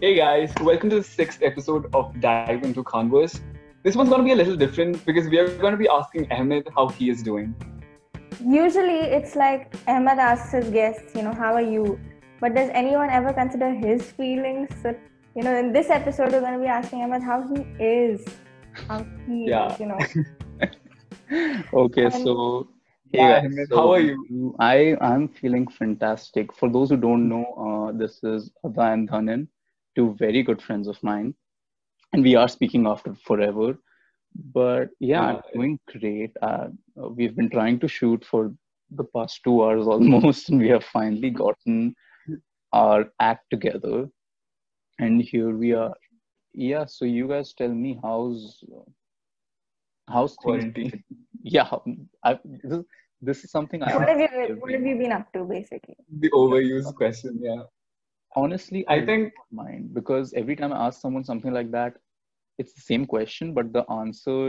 Hey guys, welcome to the sixth episode of Dive Into Converse. This one's going to be a little different because we are going to be asking Ahmed how he is doing. Usually it's like Ahmed asks his guests, you know, how are you? But does anyone ever consider his feelings? So, you know, in this episode, we're going to be asking Ahmed how he is. How he Yeah. is, you know. Okay, And- so Hey yeah, Ahmed, so how are you? I I'm feeling fantastic. For those who don't know, uh, this is Adha and Dhanan, two very good friends of mine, and we are speaking after forever. But yeah, I'm Yeah. doing great. Uh, we've been trying to shoot for the past two hours almost, and we have finally gotten our act together, and here we are. Yeah, so you guys tell me how's how's things Quarantine. yeah I, this, this is something i What ask have, you, what every- have you been up to, basically? The overused question, yeah. honestly I think don't mind because every time i ask someone something like that it's the same question but the answer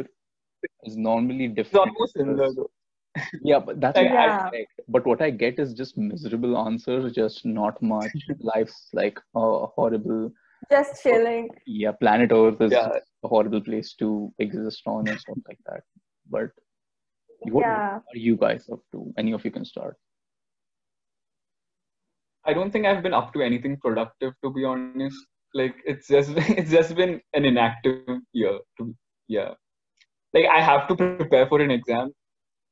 is normally it's different almost similar. because- though. yeah but that's Like, what I Yeah. get. but what i get is just miserable answers just not much life's like uh, horrible Just chilling. yeah planet earth is Yeah. a horrible place to exist on and stuff like that but what Yeah. are you guys up to any of you can start I don't think I've been up to anything productive, to be honest. Like it's just it's just been an inactive year. To, yeah, like I have to prepare for an exam,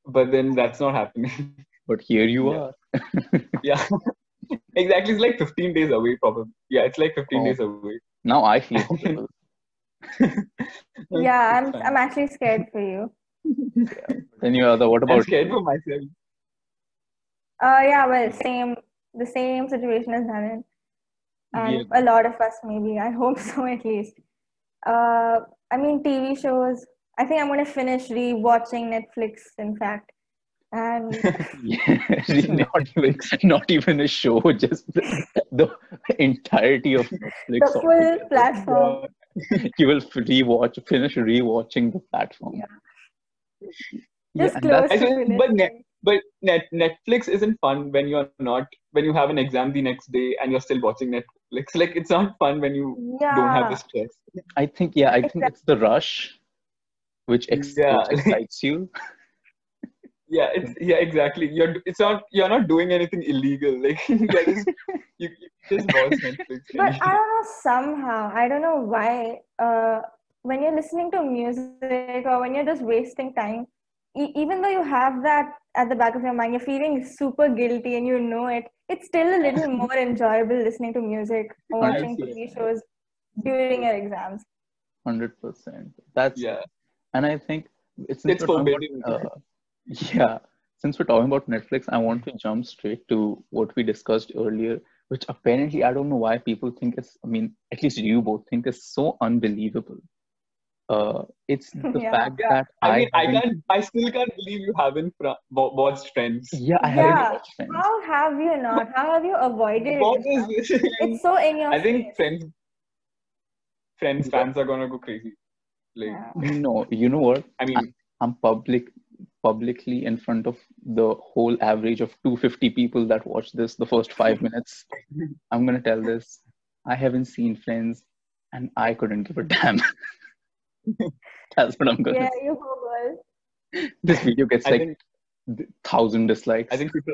but then that's not happening. but here you Yeah. are yeah, exactly. It's like 15 days away, probably. Yeah, it's like 15 Oh. days away. Now I feel horrible. Yeah, I'm, It's fine. I'm actually scared for you. then you are the what I'm about scared for myself. Uh, yeah, well, same, the same situation as Dhanan. And a lot of us, maybe. I hope so, at least. Uh, I mean, TV shows. I think I'm going to finish re-watching Netflix, in fact. And Yeah, not even not even a show, just the, the entirety of Netflix. the full altogether. platform. You will rewatch, finish rewatching the platform. Yeah. Yeah, Just and close that's- to I think- finish. but ne- But net, Netflix isn't fun when you're not when you have an exam the next day and you're still watching Netflix. Like it's not fun when you yeah. don't have the stress. I think yeah, I think it's the rush, which, ex- Yeah, which excites you. Yeah, it's yeah, exactly. You're it's not you're not doing anything illegal. Like you're just, you you just watch Netflix. But and- I don't know somehow. I don't know why. Uh, when you're listening to music or when you're just wasting time, e- even though you have that at the back of your mind, you're feeling super guilty and you know it. It's still a little more enjoyable listening to music or I watching see. TV shows during your exams. Hundred percent. That's yeah, and I think it's it's forbidden. uh, yeah since we're talking about netflix i want to jump straight to what we discussed earlier which apparently i don't know why people think is i mean at least you both think is so unbelievable uh it's the Yeah. fact Yeah, that I mean, I haven't- can't. I still can't believe you haven't fra- wa- watched Friends. yeah i haven't Yeah. watched Friends. How have you not? How have you avoided What it? is this? It's so in your I think face. Friends, Friends Yeah. fans are gonna go crazy. Like, Yeah. no you know what I mean, i'm public publicly in front of the whole average of 250 people that watch this the first five minutes i'm gonna tell this i haven't seen friends and i couldn't give a damn that's what i'm gonna Yeah, you go girl. this video gets I like think th- thousand dislikes I think people.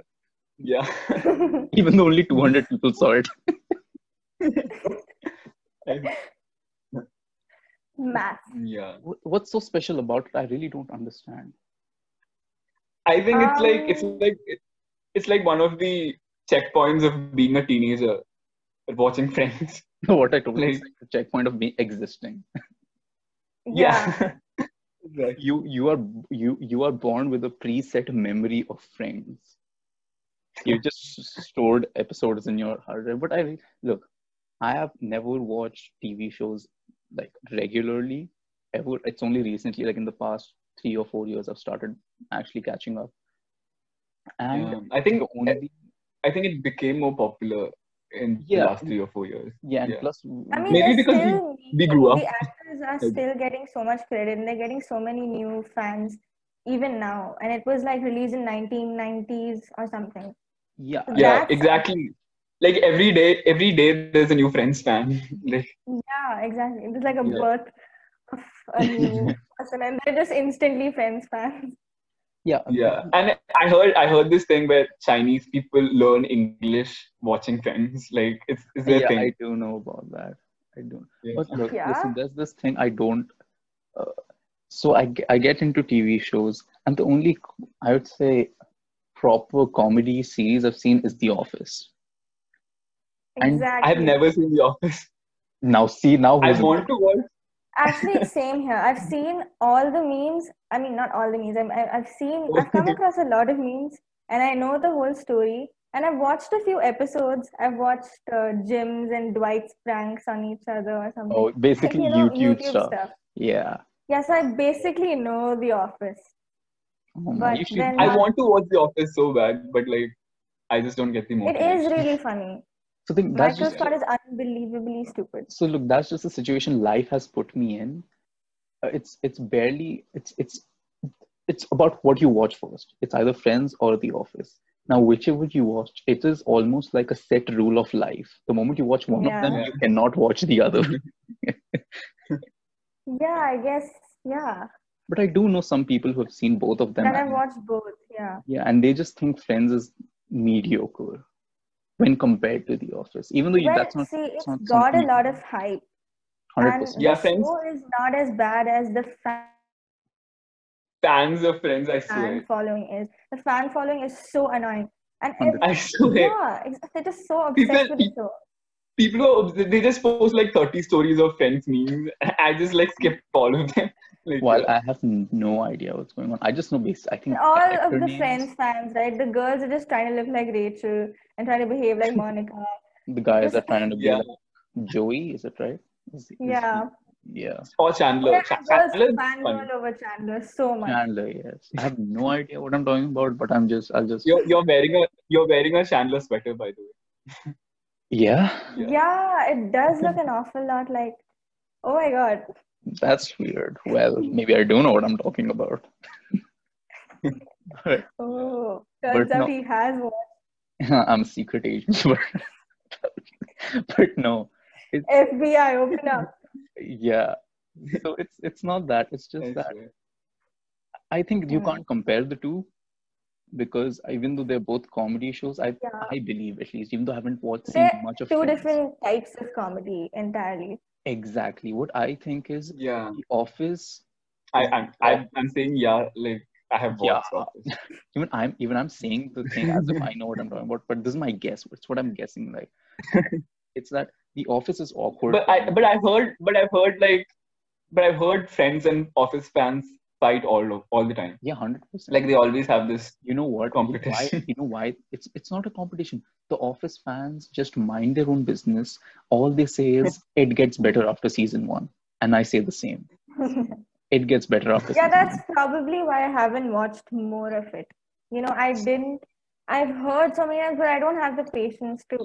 Yeah, even though only 200 people saw it I- Math. yeah. Wh- what's so special about it i really don't understand I think it's like it's Um, like it- it's like one of the checkpoints of being a teenager, watching Friends. what i told you is Like- like the checkpoint of me existing Yeah. Exactly. you you are you you are born with a preset memory of friends you just s- stored episodes in your hard drive but i re- look i have never watched tv shows like regularly ever it's only recently like in the past three or four years i've started actually catching up and Um, I think the only I think it became more popular in Yeah. the last three or four years. yeah, and yeah. plus I mean, Maybe they're because we- still, we grew up. The actors are still getting so much credit, and they're getting so many new fans even now. And it was like released in 1990s or something. yeah Yeah. Yeah, That's- exactly. like every day every day there's a new friends fan like Yeah, exactly. It's like a Yeah. birth of a new person, and they're just instantly friends fans. yeah yeah and i heard i heard this thing where chinese people learn english watching friends like it's, it's their yeah, thing I do know about that. I do. Yeah. But look, Yeah. listen, there's this thing I don't. Uh, so I, g- I get into TV shows, and the only c- I would say proper comedy series I've seen is The Office. And Exactly. i have never seen the office Now see now i who's want to watch Actually, same here. I've seen all the memes. I mean, not all the memes. I'm, I- I've seen, I've come across a lot of memes, and I know the whole story. And I've watched a few episodes. I've watched uh, Jim's and Dwight's pranks on each other or something. oh, Like, basically you know, YouTube, stuff. Yeah. Yes, I basically know The Office. Oh my- But you should- then- i want to watch the office so bad but like i just don't get the It motivation is really funny. so think that's Michael just Scott is unbelievably stupid. so look that's just the situation life has put me in. Uh, it's it's barely it's it's it's about what you watch first. It's either Friends or The Office. Now, whichever you watch, it is almost like a set rule of life. The moment you watch one Yeah. of them, Yeah. you cannot watch the other. Yeah, I guess. Yeah, but I do know some people who have seen both of them. that I've and- watched both. Yeah. yeah, and they just think Friends is mediocre when compared to The Office, even though you, Well, that's not see, that's it's not got a something- lot of hype. hundred And percent. Yeah, the friends. show is not as bad as the fan fans of friends i swear following is. The fan following is so annoying. And Hundred i ev- swear yeah, ex- they're just so People- obsessed with the show. people are, they just post like 30 stories of friends memes i just like skip all of them like Well, I have n- no idea what's going on. I just know basic. I think And all of character the names. Friends fans, right? The girls are just trying to look like Rachel and trying to behave like Monica. The guys are trying to be Yeah. like Joey, is it right? Is- is- Yeah. Yeah. or chandler Yeah, Chan- girls Chandler's funny. fangirl over Chandler so much. Chandler, yes. I have no idea what I'm talking about, but I'm just, I'll just. You're, you're wearing a you're wearing a chandler sweater by the way Yeah, Yeah. it does look an awful lot like, oh my god. that's weird. Well, maybe I do know what I'm talking about. But Oh, turns But out no. he has one. I'm a secret agent, but, but no, FBI, open up. yeah. So it's it's not that. It's just I that swear. I think you Mm. can't compare the two because even though they're both comedy shows, I Yeah. I believe at least, even though I haven't watched seen They're much of two Friends. different types of comedy entirely. Exactly. What I think is yeah The Office. I, I'm, I'm, I'm saying yeah, like I have watched Yeah. Office. Even I'm even I'm saying the thing as if I know what I'm talking about, but this is my guess. It's what I'm guessing. Like, it's that The Office is awkward. But I, but I've heard, but I've heard like, but I've heard friends and Office fans fight all o- all the time. yeah, hundred percent. Like they always have this. you know what? You know why? Competition. You know why? It's it's not a competition. The Office fans just mind their own business. All they say is it gets better after season one, and I say the same. It gets better after. yeah, season that's probably why I haven't watched more of it. You know, I didn't. I've heard so many times, but I don't have the patience to.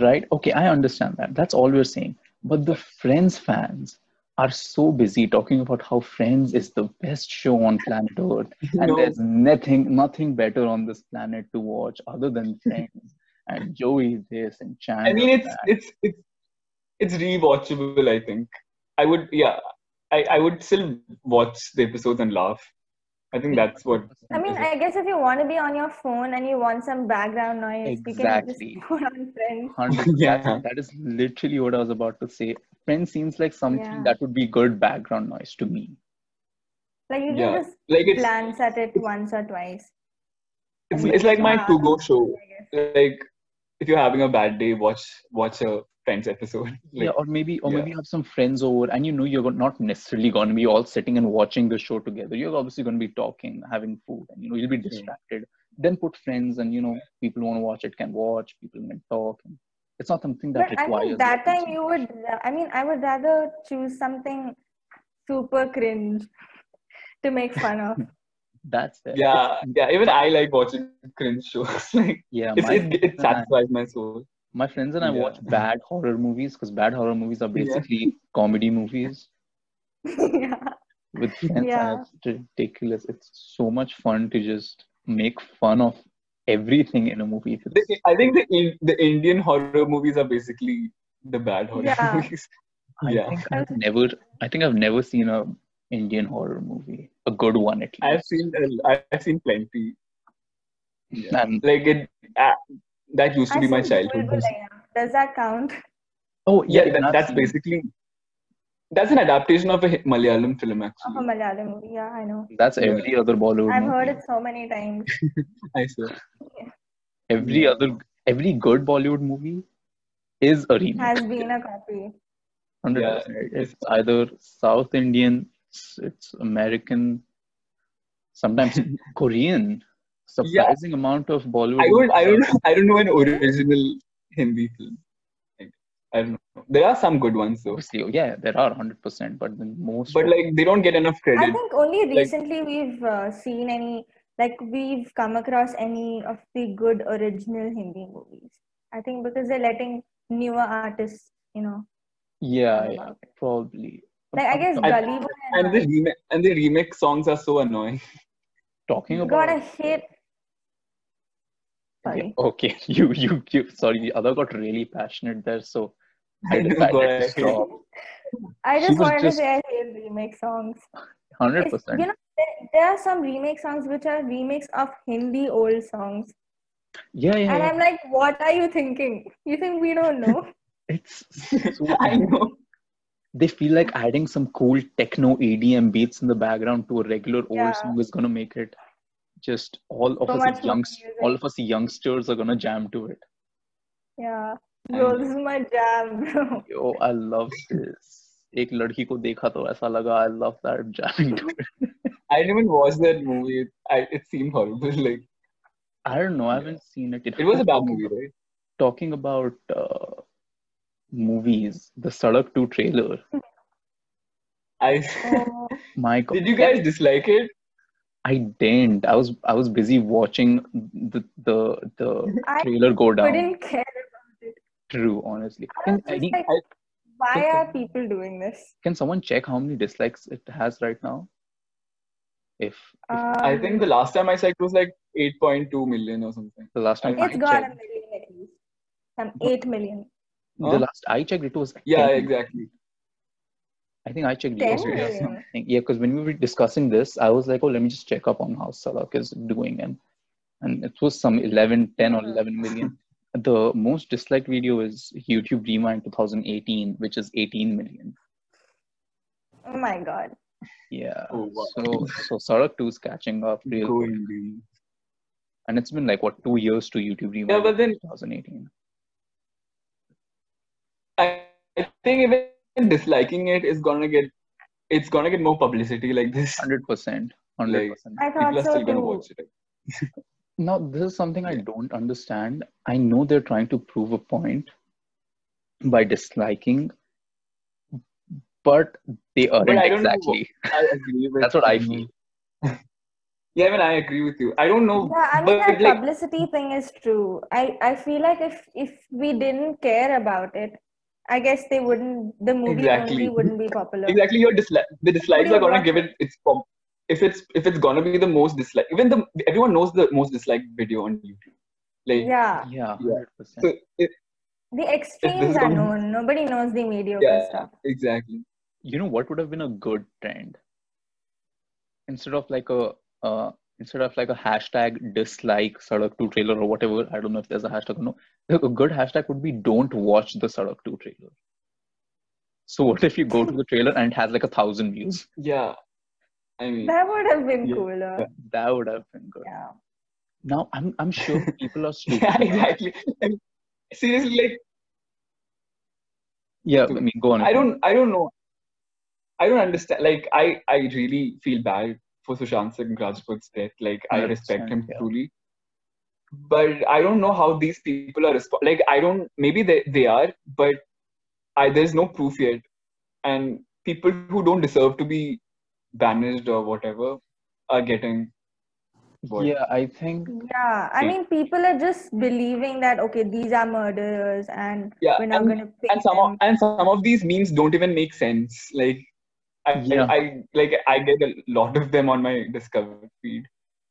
Right. Okay, I understand that. That's all we're saying. But the Friends fans are so busy talking about how Friends is the best show on planet Earth, and No. there's nothing, nothing better on this planet to watch other than Friends and Joey this and Chandler. I mean, it's that. it's it's it's rewatchable. I think I would yeah, I, I would still watch the episodes and laugh. I think that's what. I mean, I guess if you want to be on your phone and you want some background noise, Exactly. you can just put on Friends. Hundred- Yeah. that- that is literally what I was about to say. Friends seems like something Yeah. that would be good background noise to me. Like you can Yeah, just like it's glance at it once or twice. it's, it's like my Yeah. to go show. I guess. Like if you're having a bad day, watch watch a Friends episode. Like, yeah, or maybe, or yeah. maybe have some friends over, and you know you're not necessarily going to be all sitting and watching the show together. You're obviously going to be talking, having food, and you know you'll be Mhm. distracted. Then put friends, and you know people who want to watch it can watch. People can talk. And it's not something that But I requires. think that your time you would. I mean, I would rather choose something super cringe to make fun of. concentration. That's it. yeah, yeah. Even I like watching cringe shows. like yeah. it's, My, it, it friends and I- satisfies my soul. my friends and I Yeah. watch bad horror movies because bad horror movies are Yeah. basically comedy movies. yeah. with friends Yeah. and it's ridiculous it's so much fun to just make fun of everything in a movie. If it's- The- I think the in, the Indian horror movies are basically the bad horror Yeah. movies. I Yeah. think I've never. I think I've never seen a Indian horror movie, a good one at I've least. seen a- I've seen plenty. Yeah. And Like it, uh, that used to be I my said childhood. Bulbulaiya. Does that count? oh yeah, yeah, that, I've that's seen- basically that's an adaptation of a hi- Malayalam film Of actually. a Malayalam movie. Yeah, I know. That's Yeah. every other Bollywood I've movie. heard it so many times. Uh-huh. I swear. Every Yeah. other, every good Bollywood movie is a remake. Has been a copy. 100%. It's either South Indian, it's, it's American, sometimes Korean. Surprising amount of Bollywood. I don't I don't movies know, I don't know an original Hindi film. Like, I don't know. There are some good ones are- though, Obviously, oh, yeah, there are 100%, but then most. but of- like they don't get enough I credit. think only Like- recently we've uh, seen any, like we've come across any of the good original Hindi movies. I think because they're letting newer artists, you know, yeah, come yeah, out. probably. like I guess I'm Gully Boy and uh, And the remake and the remake songs are so annoying. talking all about. got a hit. Sorry. Okay, you, you, you, sorry, the other got really passionate there, so I I know, decided God, I to hate stop. I She just was wanted just- to say I hate remake songs. 100%. It's- You know, there, there are some remake songs which are remakes of Hindi old songs. yeah, yeah, And yeah. I'm like, what are you thinking? You think we don't know? It's so I know. they feel like adding some cool techno EDM beats in the background to a regular Yeah. old song is gonna make it just all of So us much more youngs- music. all of us youngsters are gonna jam to it. yeah. Bro, this is my jam, bro. Yo, I love this. एक लड़की को देखा तो ऐसा लगा I love that jamming to it. I didn't even watch that movie. I, it seemed horrible. Like I don't know. I haven't seen it. it was a bad movie, right? Talking about uh, movies, the Sadak 2 trailer. I Oh, My God. did you guys dislike it? I didn't. I was I was busy watching the the the I trailer go down. couldn't care. True, honestly. I Can was just any like, I- why Okay. are people doing this? can someone check how many dislikes it has right now? If, if Um, I think the last time I checked was like 8.2 million or something. the last time I it's got a checked, million at least. Some 8 million. the Huh? last I checked it was Yeah, 10. exactly. I think I checked 10 yesterday or million. something. Yeah, because when we were discussing this, I was like, oh, let me just check up on how Salak is doing, and and it was some 11, 10 or Mhm. 11 Mm-hmm. million. The most disliked video is YouTube Rewind 2018, which is 18 million. Oh my god. Yeah. Oh, wow. So so Sarak 2 is catching up real Go quick. Indians. and it's been like what two years to YouTube Rewind. Yeah, but then 2018. I, I think even disliking it is gonna get it's gonna get more publicity like this. Hundred percent, hundred percent. I People thought are so still gonna too. watch it. Now this is something I Yeah. don't understand. I know they're trying to prove a point by disliking, but they aren't I don't know exactly. I agree with That's what I you. feel. Yeah, I mean I agree with you. I don't know. Yeah, I mean but that like, publicity thing is true. I, I feel like if if we didn't care about it, I guess they wouldn't the movie Exactly. only wouldn't be popular. exactly your dislike the dislikes Nobody are gonna would give it its pop if it's if it's gonna be the most disliked even the everyone knows the most disliked video on YouTube. Like Yeah. Yeah, Yeah. hundred so percent. it, The extremes is are gonna- known. Nobody knows the mediocre Yeah. stuff. exactly. You know what would have been a good trend instead of like a. Uh, Instead of like a hashtag dislike Sadak 2 trailer or whatever, I don't know if there's a hashtag or no. A good hashtag would be don't watch the Sadak 2 trailer. So what if you go to the trailer and it has like a thousand views? Yeah. I mean That would have been Yeah. cooler. That would have been good. Yeah. Now I'm I'm sure people are stupid. Yeah, enough- exactly. And seriously, like Yeah, I mean, go on. I don't I don't know. I don't understand. Like I I really feel bad for Sushant Singh Rajput's death. Like I respect 100%, him yeah. truly. But I don't know how these people are respond. Like I don't. Maybe they they are, but I there's no proof yet. And people who don't deserve to be banished or whatever are getting. What? Yeah, I think Yeah, I See. mean, people are just believing that okay, these are murderers, and Yeah, we're not and- gonna pick and some of, them. and some of these memes don't even make sense. Like, I, Yeah. I, I like I get a lot of them on my Discover feed,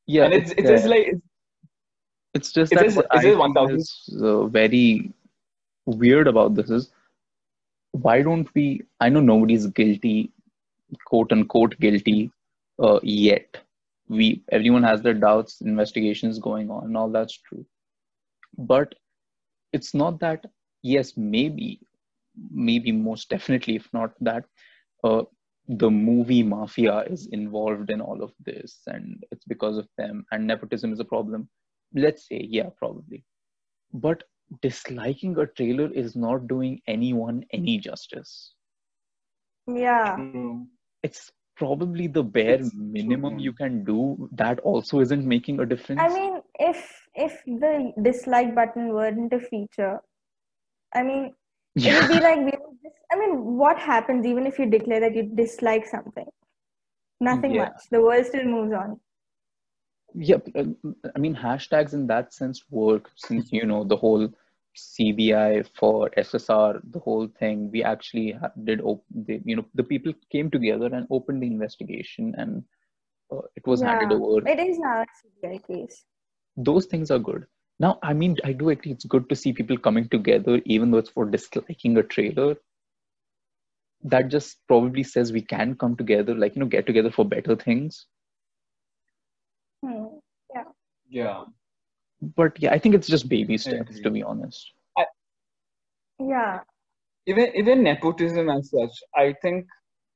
yeah, and it's it's just there. like it's, It's just It that is- what it I is 1000. think is uh, very weird about this is why don't we? I know nobody's guilty, quote unquote guilty, uh, yet. We everyone has their doubts, investigations going on, and all that's true. But it's not that. Yes, maybe, maybe most definitely, if not that, uh, the movie mafia is involved in all of this, and it's because of them. And nepotism is a problem let's say yeah probably but disliking a trailer is not doing anyone any justice Yeah. True. it's probably the bare It's true, minimum man. you can do that also isn't making a difference I Mm-hmm. mean, if if the dislike button weren't a feature, I mean, it yeah would be like we would just, I mean, what happens even if you declare that you dislike something? Nothing Yeah. much. The world still moves on. yeah but, uh, i mean hashtags in that sense work since you know the whole cbi for ssr the whole thing we actually ha- did op- they, you know the people came together and opened the investigation and uh, it was handed Yeah. over It is now a CBI case. those things are good. Now, I mean, I do agree it's good to see people coming together, even though it's for disliking a trailer. That just probably says we can come together, like, you know, get together for better things. Hmm. Yeah. But yeah, I think it's just baby steps, to agree. be honest. Yeah. Even even nepotism as such, I think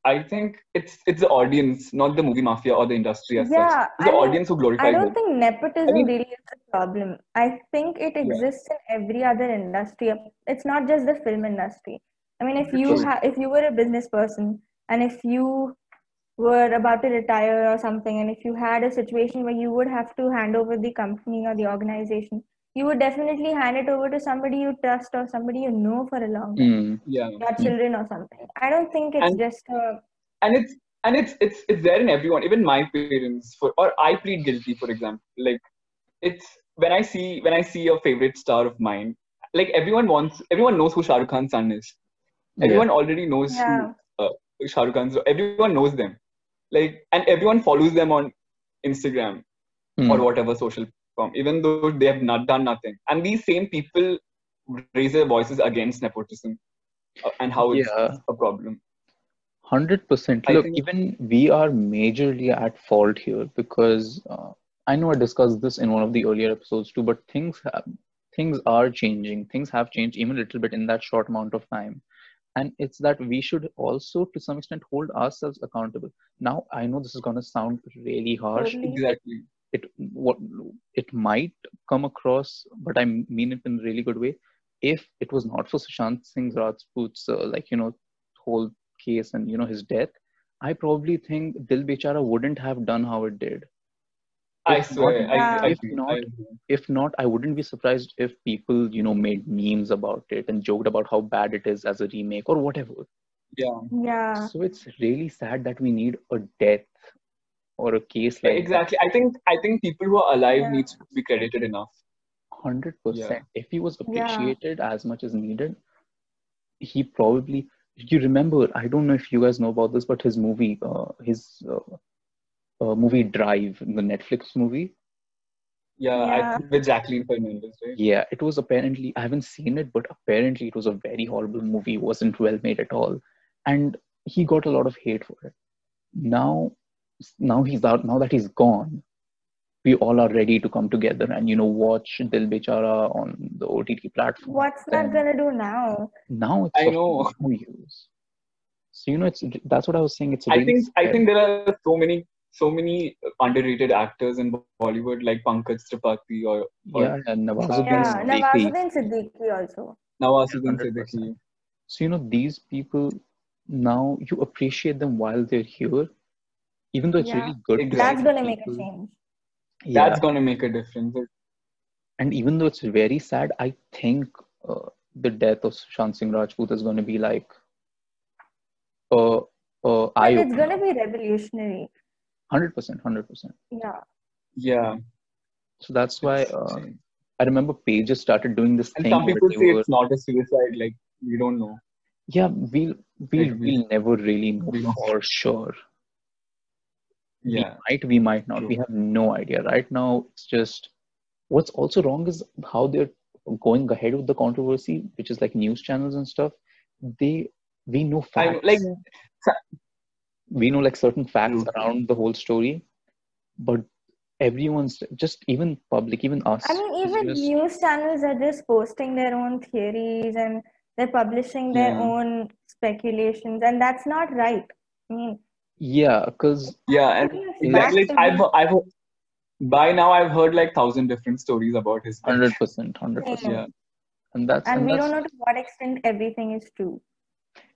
I think it's it's the audience, not the movie mafia or the industry as Yeah, such. I It's the mean, audience who I glorifies don't it. think nepotism I mean- really is a problem. I think it exists in every other industry. It's not just the film industry. I mean, if you True. ha- if you were a business person and if you were about to retire or something, and if you had a situation where you would have to hand over the company or the organization, you would definitely hand it over to somebody you trust or somebody you know for a long time, Mm. Yeah. your children or something. I don't think it's Mm-hmm. And- just a and it's and it's it's it's there in everyone even my parents for or i plead guilty for example like it's when i see when i see a favorite star of mine like everyone wants everyone knows who shah rukh khan's son is everyone already knows yeah. who shah rukh khan's everyone knows them like and everyone follows them on instagram Yeah. Mm. or whatever social platform even though they have not done nothing and these same people raise their voices against nepotism uh, and how it's Yeah. a problem Hundred percent. I Look, think- even we are majorly at fault here because uh, I know I discussed this in one of the earlier episodes too. But things have, things are changing. Things have changed even a little bit in that short amount of time, and it's that we should also, to some extent, hold ourselves accountable. Now, I know this is gonna sound really harsh. Totally. exactly It what it might come across, but I mean it in a really good way. If it was not for Sushant Singh Rajput's, uh, like you know, whole case and you know his death, I probably think Dil Bechara wouldn't have done how it did. I If swear. not- I, I, if agree, not- I agree. If not, I wouldn't be surprised if people you know made memes about it and joked about how bad it is as a remake or whatever. Yeah, yeah. So it's really sad that we need a death or a case like exactly. I think I think people who are alive Yeah. needs to be credited enough. Hundred percent. If he was Yeah. appreciated as much as needed, he probably. You remember? I don't know if you guys know about this, but his movie, uh, his uh, uh, movie Drive, the Netflix movie. Yeah, Yeah. I think with Jacqueline Fernandez, right? Yeah, it was apparently, I haven't seen it, but apparently it was a very horrible movie, wasn't well made at all. And he got a lot of hate for it. Now, now he's out, now that he's gone, we all are ready to come together and, you know, watch Dil Bechara on the OTT platform. What's that gonna Then do now? Now it's I for know. who use. So, you know, it's that's what I was saying. It's I really think I sad. think there are so many so many underrated actors in Bollywood like Pankaj Tripathi or yeah, yeah, Nawazuddin Yeah, Siddiqui. Nawazuddin Siddiqui also. Nawazuddin 100%. Siddiqui. So, you know, these people now you appreciate them while they're here, even though it's Yeah. really good. to That's Exactly. see gonna make a people- change. Yeah. That's gonna make a difference. And even though it's very sad, I think uh, the death of Sushant Singh Rajput is going to be like, uh, uh, Like eye it's gonna be revolutionary. 100%, 100%. Yeah. Yeah. So that's why It's- uh, I remember Pages started doing this and thing. some where people they say were- it's not a suicide, like we don't know. yeah, we'll, we'll, Like, we- we'll never really know we don't- for sure. Yeah. we might we might not we True. have no idea right now it's just what's also wrong is how they're going ahead with the controversy, which is like news channels and stuff. They we know I, facts, like we know like certain facts Mhm. around the whole story, but everyone's just even public, even us. I mean, is even just- news channels are just posting their own theories and they're publishing their Hmm. Yeah. own speculations, and that's not right. I mean, yeah, because yeah, and Even if like, like facts I've are- I've by now I've heard like thousand different stories about his life. hundred percent, hundred percent, Yeah, and that's and and we that's, don't know to what extent everything is true.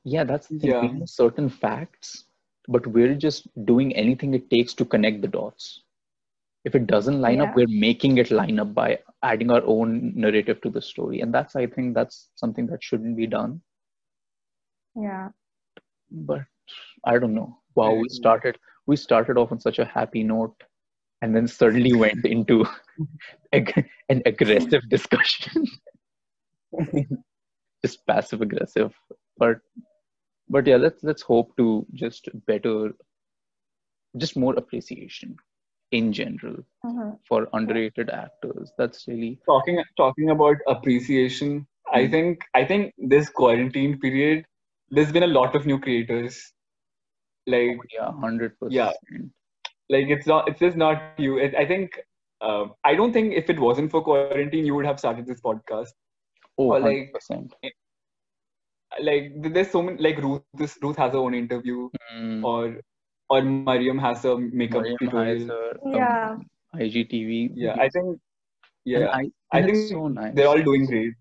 Yeah, that's the thing. We Yeah. know certain facts, but we're just doing anything it takes to connect the dots. If it doesn't line Yeah. up, we're making it line up by adding our own narrative to the story. And that's, I think, that's something that shouldn't be done. Yeah. But I don't know. Wow, we agree. started we started off on such a happy note and then suddenly went into ag- an aggressive discussion. just passive aggressive but but yeah let's let's hope to just better just more appreciation in general Mhm. Hmm. for underrated actors that's really talking talking about appreciation. I Mhm. think I think this quarantine period, there's been a lot of new creators. Like yeah 100% Yeah. like it's not it's just not you it, i think um, i don't think if it wasn't for quarantine you would have started this podcast oh Or like- 100% percent like th- there's so many like ruth this ruth has her own interview or or mariam has a makeup tutorial um, Yeah. igtv yeah i think And yeah I, I and it's think so nice. they're all doing great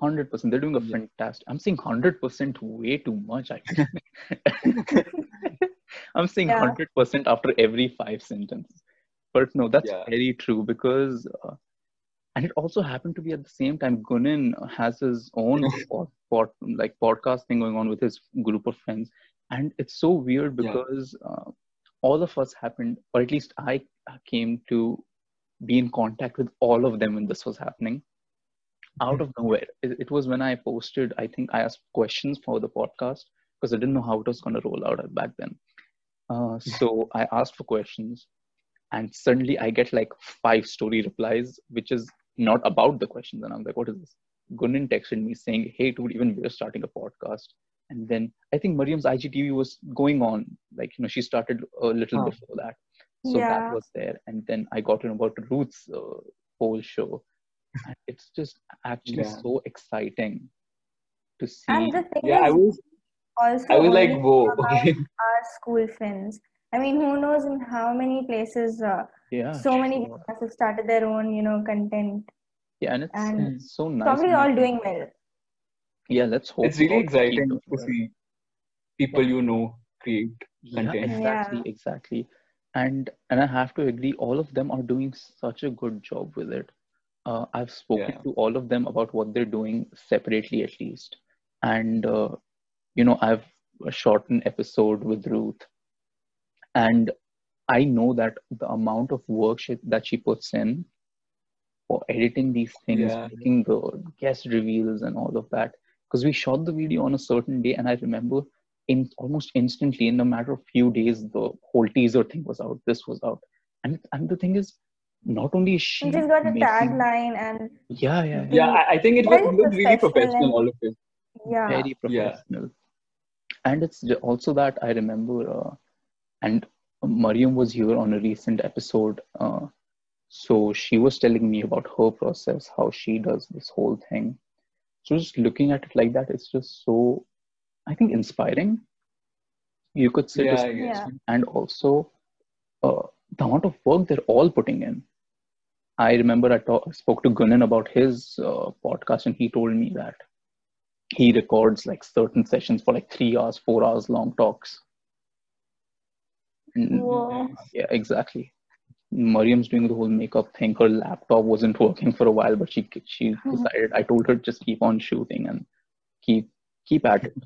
hundred percent. They're doing a Yeah. fantastic. I'm saying hundred percent way too much. I think. I'm saying Yeah. hundred percent after every five sentences, but no, that's Yeah. very true because, uh, and it also happened to be at the same time. Gunan has his own pod, pod, like podcast thing going on with his group of friends, and it's so weird Yeah. because uh, all of us happened, or at least I came to be in contact with all of them when this was happening Hmm. out of nowhere. It, it was when I posted, I think I asked questions for the podcast because I didn't know how it was going to roll out back then. Uh, so I asked for questions, and suddenly I get like five story replies, which is not about the questions. And I'm like, what is this? Gunan texted me saying, hey, dude, even we're starting a podcast. And then I think Mariam's IGTV was going on. Like, you know, she started a little Huh. before that. So Yeah. that was there. And then I got to know about Ruth's uh, whole show. And it's just actually Yeah. so exciting to see. And the thing yeah i is, was also i was like only whoa about okay our school friends. I mean, who knows in how many places uh, Ah, yeah. so many sure. people have started their own, you know, content. Yeah, and it's, and and it's so nice. Probably and all I- doing well. Yeah, let's hope. it's really all keep exciting doing to well. see people you know create Yeah, content. exactly, Yeah. exactly. And and I have to agree, all of them are doing such a good job with it. Uh, I've spoken Yeah. to all of them about what they're doing separately, at least. And uh, you know, I've uh, shot an episode with Ruth, and I know that the amount of work she, that she puts in for editing these things, Yeah. making the guest reveals and all of that. Because we shot the video on a certain day, and I remember in almost instantly, in a matter of few days, the whole teaser thing was out. This was out, and and the thing is, not only is she We just got a making- tagline and Yeah, yeah, yeah I, I think it Very was it looked really professional professional and- all of it yeah. very Yeah. professional. And it's j- also that I remember, uh, and Mariam was here on a recent episode. Uh, so she was telling me about her process, how she does this whole thing. So just looking at it like that, it's just so, I think, inspiring. You could say, to yeah, I some guess. Yeah. and also uh, the amount of work they're all putting in. I remember I talk, spoke to Gunan about his uh, podcast, and he told me that he records like certain sessions for like three hours, four hours long talks. And- Whoa. yeah, exactly. Mariam's doing the whole makeup thing. Her laptop wasn't working for a while, but she she decided. I told her just keep on shooting and keep keep at it.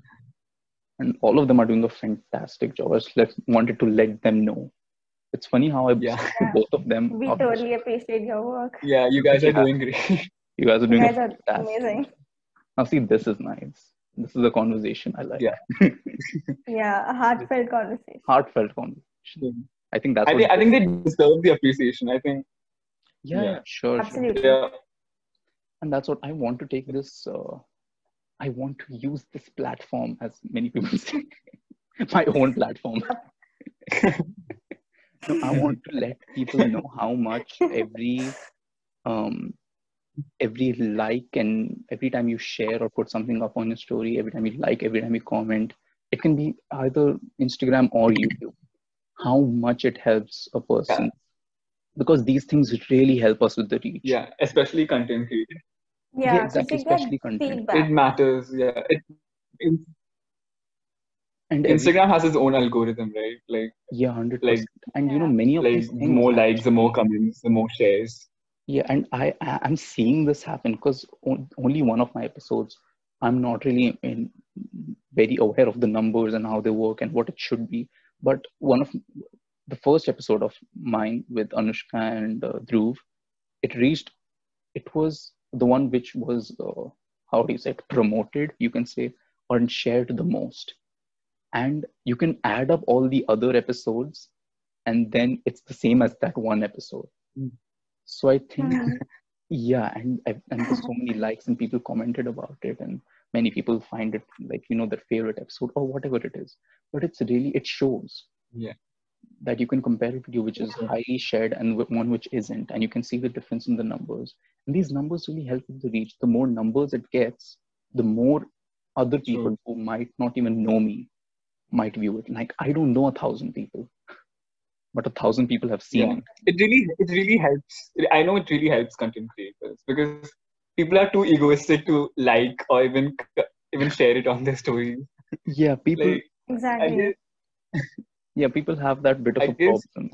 And all of them are doing a fantastic job. I just let, wanted to let them know. It's funny how I Yeah. spoke to both of them. We after- totally appreciate your work. Yeah, you guys are Yeah. doing great. You guys are You doing guys a are fantastic. amazing. Now see, this is nice. This is a conversation I like. Yeah. Yeah, a heartfelt conversation. Heartfelt conversation. I think that's I what think I think they deserve the appreciation. I think yeah, Yeah. yeah, sure, sure. Absolutely. yeah and that's what i want to take this uh, i want to use this platform as many people say my own platform no, i want to let people know how much every um every like and every time you share or put something up on your story every time you like every time you comment it can be either instagram or youtube how much it helps a person because these things really help us with the reach yeah especially content creation Yeah, Yeah, 'cause you exactly, get especially content. feedback. it matters yeah it, in- and every- instagram has its own algorithm right like Yeah, hundred Like- percent. And you know, Yeah. many of like these the things. more actually- likes the more comments the more shares Yeah, and I, I I'm seeing this happen because only one of my episodes, I'm not really in, very aware of the numbers and how they work and what it should be. But one of the first episode of mine with Anushka and uh, Dhruv, it reached. It was the one which was uh, how do you say it, promoted? You can say or shared the most, and you can add up all the other episodes, and then it's the same as that one episode. Mm. So I think Mhm. yeah and I've, and there's so many likes and people commented about it and many people find it like you know their favorite episode or whatever it is but it's really it shows Yeah. that you can compare it to which is Yeah. highly shared and wh- one which isn't and you can see the difference in the numbers and these numbers really help with the reach the more numbers it gets the more other people who might not even know me might view it like i don't know a thousand people but a thousand people have seen Yeah. it it really it really helps i know it really helps content creators because people are too egoistic to like or even even share it on their stories yeah people like i Exactly. guess yeah people have that bit of I a guess- problem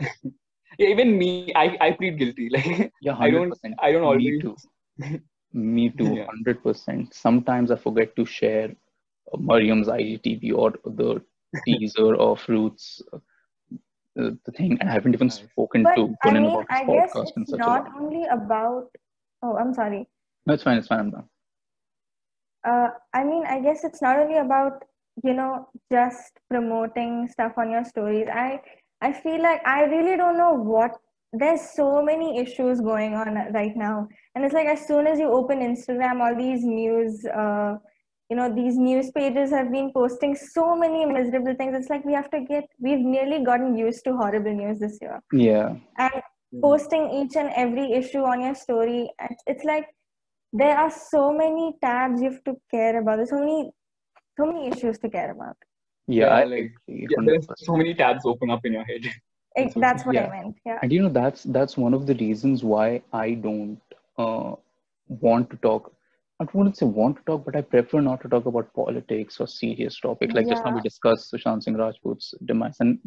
yeah, even me i i plead guilty like Yeah, 100%. I don't- I don't Me always- too. Me too, Yeah. 100%. Sometimes I forget to share uh, Mariam's IGTV or the teaser of Roots, uh, the the thing. I haven't even Nice. spoken But to I Punin mean, about this I guess podcast in it's such a not long only about. Oh, I'm sorry. No, it's fine, it's fine, I'm done. Uh, I mean, I guess it's not only about, you know, just promoting stuff on your stories. I I feel like I really don't know what there's so many issues going on right now. And it's like as soon as you open Instagram, all these news, uh, you know, these news pages have been posting so many miserable things. It's like we have to get, we've nearly gotten used to horrible news this year. Yeah, And posting each and every issue on your story it's, it's like there are so many tabs you have to care about there's so many so many issues to care about yeah, I Yeah, like- agree, yeah, there's 100%. so many tabs open up in your head Ex- Absolutely. that's what i Yeah. meant yeah And you know, that's that's one of the reasons why I don't uh, want to talk. I wouldn't say want to talk, but I prefer not to talk about politics or serious topics. Like just now we discussed Sushant Singh Rajput's demise, and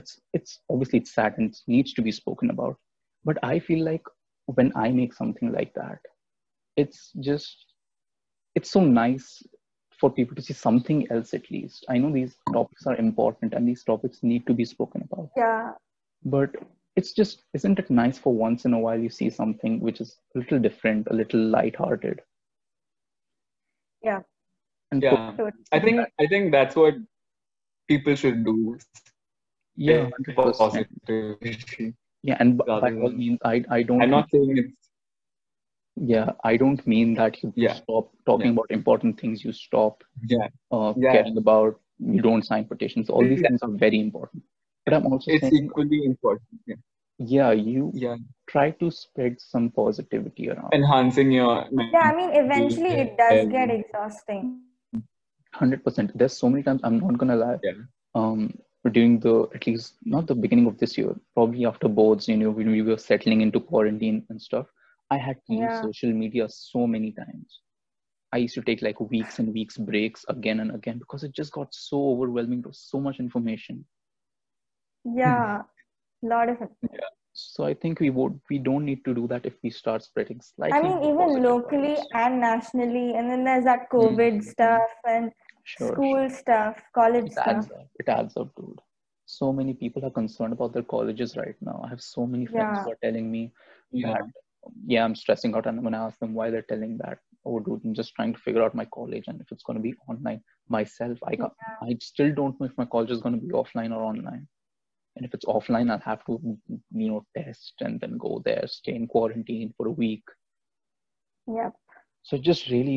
it's it's obviously it's sad and it needs to be spoken about. But I feel like when I make something like that, it's just it's so nice for people to see something else at least. I know these topics are important and these topics need to be spoken about yeah but it's just isn't it nice for once in a while you see something which is a little different a little light-hearted Yeah. and for- yeah Sure. i think i think that's what people should do yeah 100%. positivity yeah and b- by Rather all than- means i i don't i'm not saying it's yeah i don't mean that you Yeah. stop talking Yeah. about important things you stop yeah uh, Yeah. caring about you don't sign petitions all these Yeah. things are very important but i'm also it's saying equally important yeah, yeah you yeah. try to spread some positivity around enhancing your yeah i mean eventually it does get Yeah. exhausting hundred percent. There's so many times I'm not gonna lie. Yeah. Um, during the at least not the beginning of this year, probably after boards, you know, when we were settling into quarantine and stuff, I had to use Yeah. social media so many times. I used to take like weeks and weeks breaks again and again because it just got so overwhelming. There was so much information. yeah Hmm. lot of it So I think we would we don't need to do that if we start spreading slightly. i mean more even positive locally vibes. and nationally and then there's that covid stuff and Hmm. Sure, school sure. stuff college It adds stuff up. It adds up, dude. So many people are concerned about their colleges right now. I have so many friends Yeah. who are telling me yeah. that, yeah, I'm stressing out. And when I ask them why they're telling that, oh, dude, I'm just trying to figure out my college and if it's going to be online. Myself, I, ca- I still don't know if my college is going to be offline or online. and if it's offline i'll have to you know test and then go there stay in quarantine for a week Yep. so just really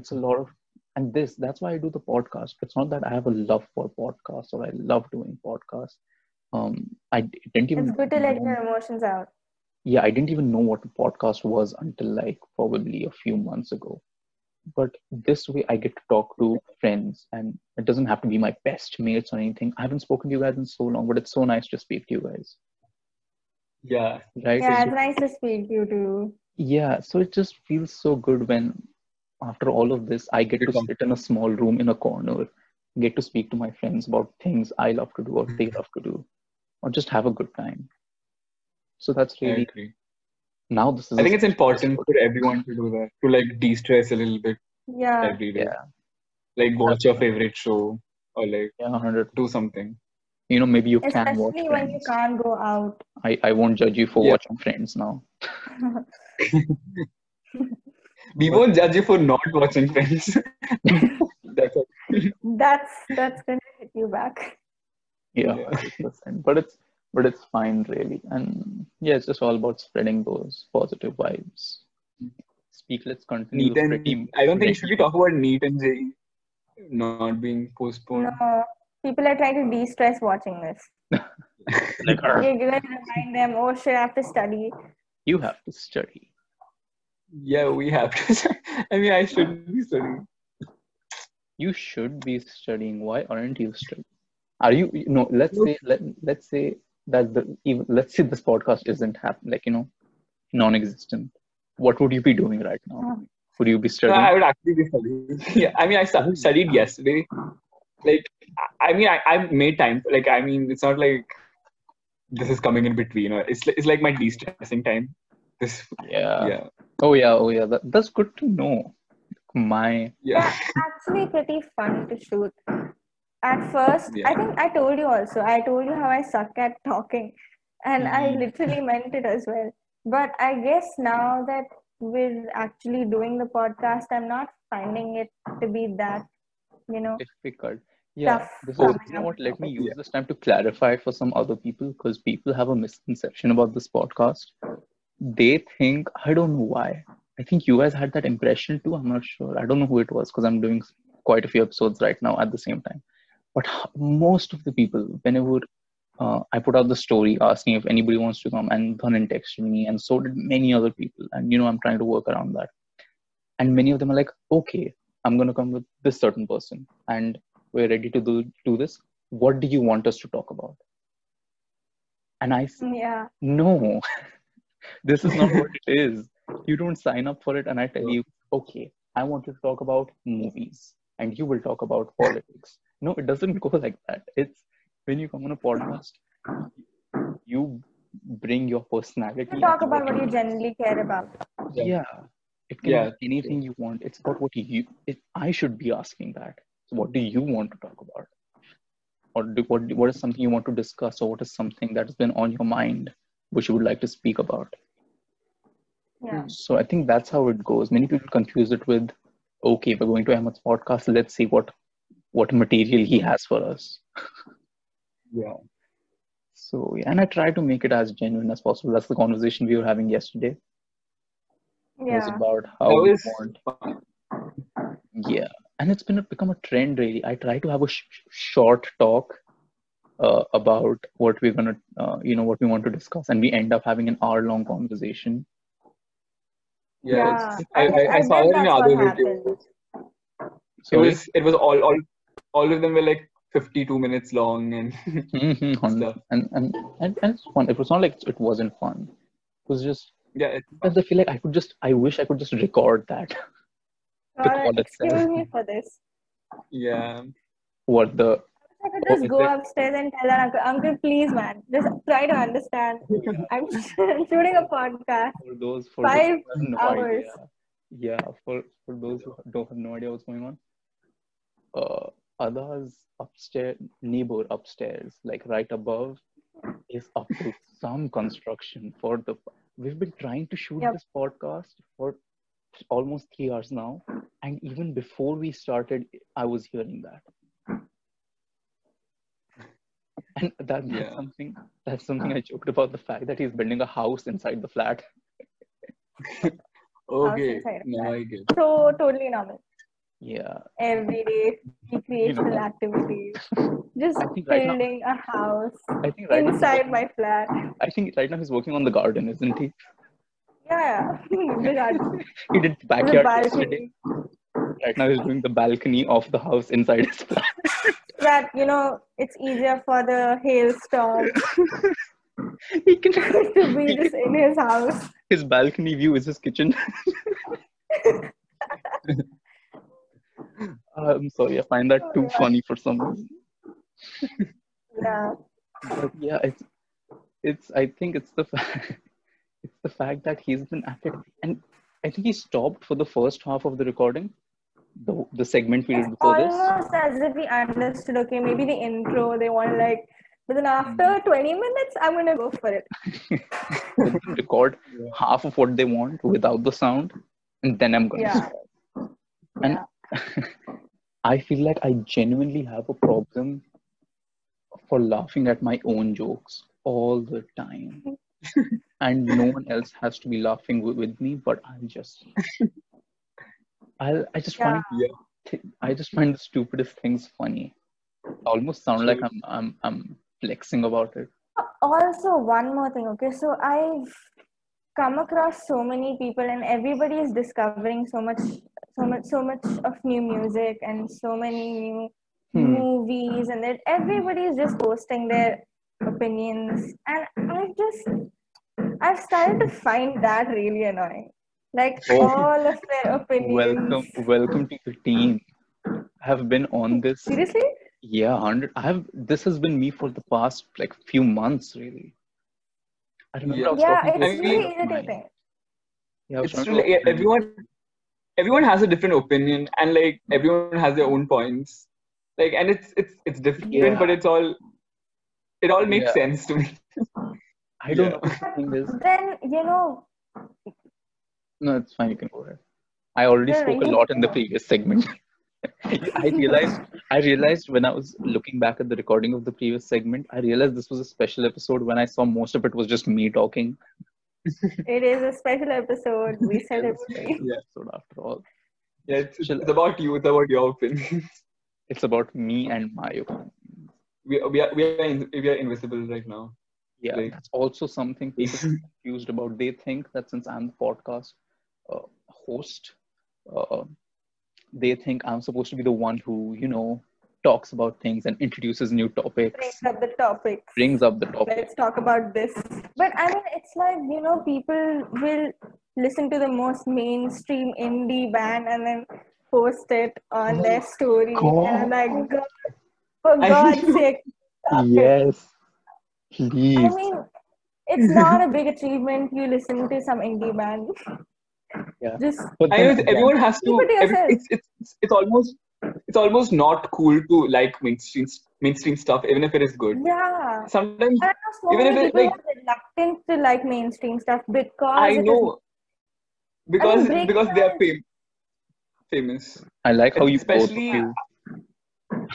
it's a lot of and this that's why i do the podcast it's not that i have a love for podcasts or i love doing podcasts um i d- didn't even It's good to uh, let know- your emotions out. yeah i didn't even know what a podcast was until like probably a few months ago but this way i get to talk to friends and it doesn't have to be my best mates or anything i haven't spoken to you guys in so long but it's so nice to speak to you guys yeah, right Yeah, It's it's nice to speak to you too. Yeah, so it just feels so good when, after all of this, I get to Become- sit in a small room in a corner, get to speak to my friends about things I love to do or Mm-hmm. they love to do, or just have a good time. So that's I really agree. now this is I think it's important for everyone to do that to like de-stress a little bit Uh, Yeah. every day. yeah, Like watch your favorite show or like yeah, hundred. do something. You know, maybe you can watch Especially when you Friends. can't go out. I I won't judge you for Yeah. watching Friends now. We won't judge you for not watching Friends. That's all. That's that's gonna hit you back. Yeah, Yeah. 100%. but it's but it's fine really, and yeah, it's just all about spreading those positive vibes. Speak. Let's continue. Neat and pretty I don't think much. should we talk about Neat and Jay not being postponed. No. People are trying to de-stress watching this. like "Arr, You're gonna remind them, oh shit, I have to study. you have to study Yeah, we have to. I mean, I shouldn't be studying. you should be studying why aren't you studying are you no let's say let, let's say that the even let's say this podcast isn't happening like you know non-existent what would you be doing right now Oh. would you be No, studying I would actually be studying. Yeah, I mean, I stu- studied yesterday. Like, I- I mean, I, I made time. Like, I mean, it's not like this is coming in between. Or it's li- it's like my de-stressing time. This yeah. yeah oh yeah oh yeah that, that's good to know my yeah actually pretty fun to shoot. At first, Yeah. I think I told you also. I told you how I suck at talking, and I Mhm. literally meant it as well. But I guess now that we're actually doing the podcast, I'm not finding it to be that, you know. difficult yeah Tough this is, coming you know up. what let me use Yeah. this time to clarify for some other people because people have a misconception about this podcast they think i don't know why i think you guys had that impression too i'm not sure i don't know who it was because i'm doing quite a few episodes right now at the same time but h- most of the people whenever uh, i put out the story asking if anybody wants to come and Dhanan texted me and so did many other people and you know i'm trying to work around that and many of them are like okay i'm going to come with this certain person and we're ready to do, do this what do you want us to talk about and i s- Yeah, no this is not what it is you don't sign up for it and i tell you okay i want you to talk about movies and you will talk about politics no it doesn't go like that it's when you come on a podcast you bring your personality you talk and about what you do. generally care about. Yeah. yeah it can Yeah. be anything you want it's about what you it, i should be asking that so what do you want to talk about or do, what what is something you want to discuss or what is something that has been on your mind which you would like to speak about Yeah, so i think that's how it goes many people confuse it with okay we're going to ahmed's podcast let's see what what material he has for us yeah so yeah and i try to make it as genuine as possible that's the conversation we were having yesterday It yeah. was about That how we was want fun. yeah and it's been a, become a trend really i try to have a sh- sh- short talk uh, about what we're gonna uh, you know what we want to discuss and we end up having an hour long conversation yeah, Yeah. it's- I, I, I saw bet it in that's other what videos. happened. it Sorry? was it was all all all of them were like 52 minutes long and Mhm, hon- Stuff. and, and, and, and it's fun it was not like it wasn't fun it was just yeah it, i feel like i could just i wish i could just record that God, all itself. excuse me for this. yeah what the I could Oh, just is go it- upstairs and tell her uncle, uncle, please, man, just try to understand. I'm shooting a podcast. for those for Five those who have no hours. idea. Yeah, for for those who don't have no idea what's going on. Uh, Ada's upstairs neighbor upstairs, like right above, is up to some construction for the. We've been trying to shoot Yep. this podcast for almost three hours now, and even before we started, I was hearing that. and that, that's Yeah. something that's something I joked about the fact that he's building a house inside the flat. Okay, inside of now that. I get. So totally normal. Yeah, Every day recreational activities. Just I think right now- building a house I think right inside my flat. Now, I think right now he's working on the garden, isn't he? Yeah, yeah. the garden, He did the the backyard yesterday. balcony. Right now he's doing the balcony of the house inside his flat. That you know, it's easier for the hailstorm he can to be just in his house. his balcony view is his kitchen. I'm sorry, I Um, find that Oh, too funny for some reason. Yeah. But yeah, it's it's I think it's the fact it's the fact that he's been at it and I think he stopped for the first half of the recording. The the segment we did It's before this. almost as if we understood. Okay, maybe the intro they want to like, but then after Mm. 20 minutes, I'm gonna go for it. Let them record half of what they want without the sound and then I'm gonna Yeah. And I feel like I genuinely have a problem for laughing at my own jokes all the time. and no one else has to be laughing with, with me, but I'm just I'll, I just find Yeah. th- I just find the stupidest things funny. I almost sound like True. I'm I'm I'm flexing about it. also one more thing okay so i've come across so many people and everybody is discovering so much so much so much of new music and so many new Hmm. movies and that everybody is just posting their opinions and i've just i've started to find that really annoying like Oh. all of their opinions Welcome welcome to the team. I have been on this seriously Yeah, hundred. I have. This has been me for the past like few months, really. I remember. I was yeah talking to it's a really friend of mine. irritating Yeah, I was It's talking to true. a Like, yeah, friend. everyone, everyone has a different opinion, and like everyone has their own points. Like, and it's it's it's different, Yeah. but it's all. It all makes Yeah. sense to me. I don't Yeah. know. The thing is, then you know no, it's fine. You can go ahead. I already No, no, spoke a you- lot in the previous segment. I realized. I realized when I was looking back at the recording of the previous segment, I realized this was a special episode. When I saw most of it was just me talking. it is a special episode we celebrate Special episode after all, Yeah, it's, it's Shall- about you. It's about your opinion. it's about me and my opinion. we we are we are, in, we are invisible right now. Yeah, Like- that's also something people get confused about. They think that since I'm the podcast uh, host, uh, they think I'm supposed to be the one who, you know, talks about things and introduces new brings topics, up the topic. brings up the topic. Let's talk about this. But I mean, it's like, you know, people will listen to the most mainstream indie band and then post it on their story. And I'm like, God, for Oh, I God's know. sake. stop it." Yes, I please. mean, it's not a big achievement. You listen to some indie band. Yeah. Just, But I know then it's- again, everyone has to. Keep it to every- yourself. it's, it's it's almost it's almost not cool to like mainstream mainstream stuff, even if it is good. yeah. Sometimes I don't know, so Even if many it, people like- are reluctant to like mainstream stuff because I it is know because break because they are dance- fam- famous. I like how you both of especially- you.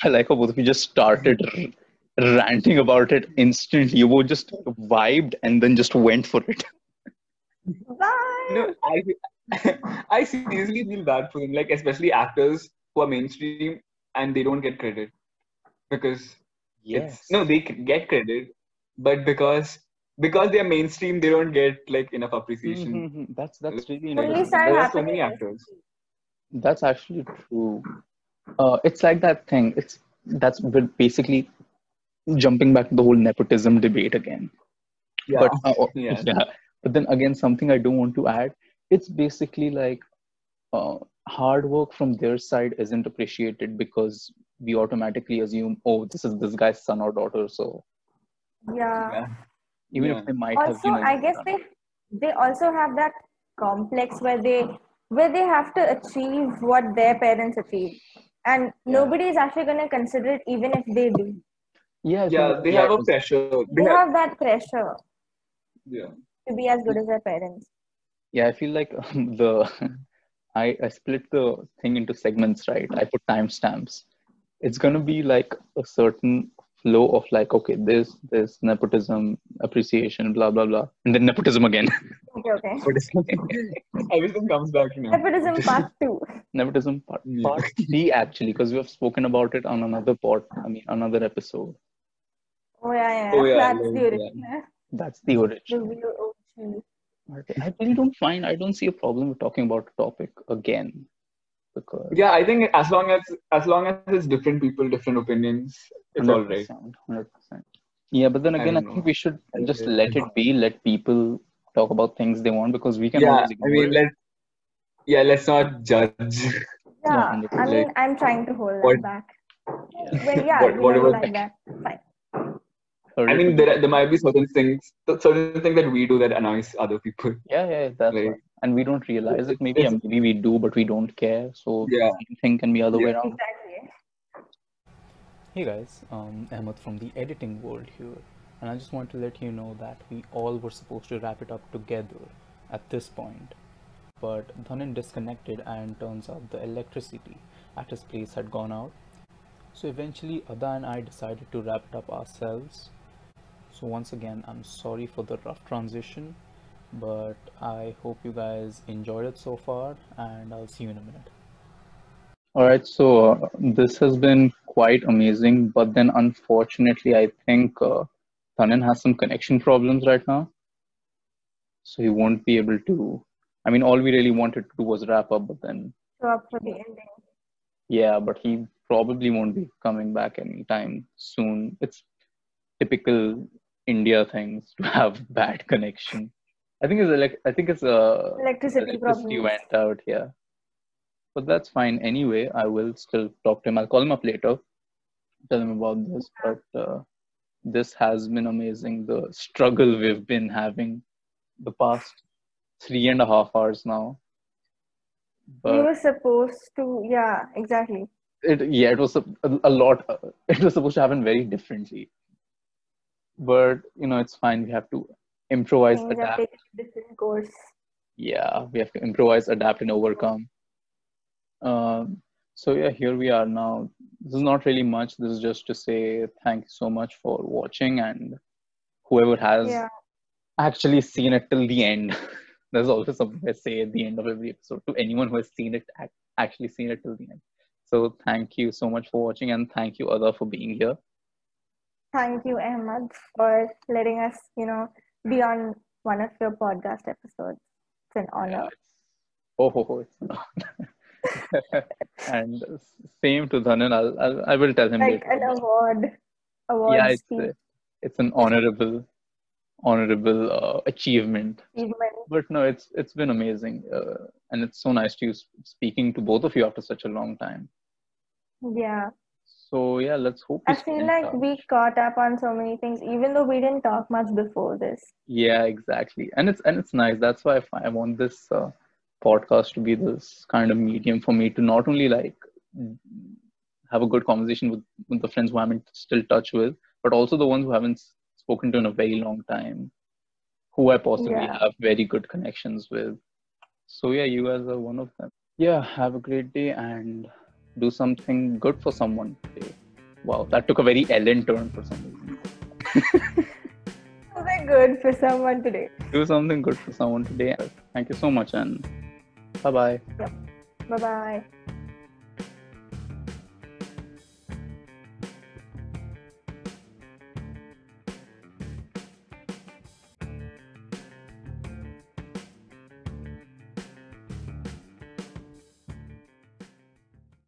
I like how both of you just started r- ranting about it instantly. You both just vibed and then just went for it. Bye. You know, I I seriously feel bad for them, like especially actors who are mainstream and they don't get credit because it's no they c- get credit, but because because they are mainstream, they don't get like enough appreciation. Mhm. That's that's really Only interesting. sad There are so happening many is- actors. That's actually true. Uh, it's like that thing. It's that's b- basically jumping back to the whole nepotism debate again. Yeah. But uh, oh, Yeah. yeah. But then again, something I do want to add. It's basically like uh, hard work from their side isn't appreciated because we automatically assume, oh, this is this guy's son or daughter. So yeah. yeah. even Yeah. if they might have also been, i guess they they also have that complex where they where they have to achieve what their parents achieve and nobody is actually going to consider it even if they do yeah, it's Yeah, not- they have a pressure. they have that pressure yeah. to be as good as their parents Yeah, I feel like um, the I, I split the thing into segments, right? I put timestamps. It's gonna be like a certain flow of like okay this this nepotism appreciation blah blah blah and then nepotism again Okay, okay. Everything comes back now. Nepotism part two. nepotism part, Yeah. part three actually because we have spoken about it on another pod i mean another episode Oh yeah, yeah. Oh, yeah, That's yeah, the yeah. original. that's the The origin real OG. Okay, i really don't find i don't see a problem with talking about a topic again because Yeah, I think as long as as long as it's different people, different opinions, it's all right. uh, 100%, 100%. Yeah, but then I again, I, don't think know. we should I just don't let it be. Let people talk about things they want because we can Yeah, always I ignore mean, it. let yeah, let's not judge. Yeah, I 100%. mean, I'm trying to hold that What- back. Yeah. Well, yeah, What- we what never about- like that. Fine. Heard I it mean, before. there are- there might be certain things, certain things that we do that annoys other people. yeah, yeah, that's like- right. And we don't realize it. Maybe, yeah, It's- maybe we do, but we don't care. So Yeah. same thing can be other way around. Exactly. Hey guys, um, Ahmed from the editing world here, and I just want to let you know that we all were supposed to wrap it up together at this point, but Dhanin disconnected, and turns out the electricity at his place had gone out. So eventually, Ada and I decided to wrap it up ourselves. So once again, I'm sorry for the rough transition, but I hope you guys enjoyed it so far, and I'll see you in a minute. All right, so uh, this has been quite amazing, but then unfortunately, I think uh, Tanin has some connection problems right now, so he won't be able to. I mean, all we really wanted to do was wrap up, but then So up for the ending. yeah, but he probably won't be coming back anytime soon. It's typical India things to have bad connection. I think it's elec- I think it's uh, Electricity electricity problems. went out yeah but that's fine anyway i will still talk to him i'll call him up later tell him about this but uh, this has been amazing the struggle we've been having the past three and a half hours now we but were supposed to. Yeah, exactly. it yeah it was a, a lot it was supposed to happen very differently but you know it's fine we have to improvise Things have adapt taken a different course. yeah we have to improvise adapt and overcome um, so yeah here we are now this is not really much this is just to say thank you so much for watching and whoever has Yeah. actually seen it till the end there's always something i say at the end of every episode to anyone who has seen it ac- actually seen it till the end so thank you so much for watching and thank you Ada for being here Thank you, Ahmad, for letting us, you know, be on one of your podcast episodes. It's an Yeah, honor. it's- Oh, ho, ho, it's not. and same to Dhanan. I'll, I'll I will tell him Like later. an award. Award yeah, it's speech a, it's an honorable honorable uh, achievement. achievement. But no, it's it's been amazing, uh, and it's so nice to you sp- speaking to both of you after such a long time. Yeah. So yeah, let's hope. we I stay feel in like touch. we caught up on so many things, even though we didn't talk much before this. Yeah, exactly, and it's and it's nice. That's why I, fi- I want this uh, podcast to be this kind of medium for me to not only like have a good conversation with, with the friends who I'm in still touch with, but also the ones who haven't s- spoken to in a very long time, who I possibly Yeah. have very good connections with. So yeah, you guys are one of them. Yeah, have a great day and do something good for someone today. Wow, that took a very Ellen turn for some reason. Was it good for someone today? do something good for someone today. Thank you so much and bye bye. Bye bye.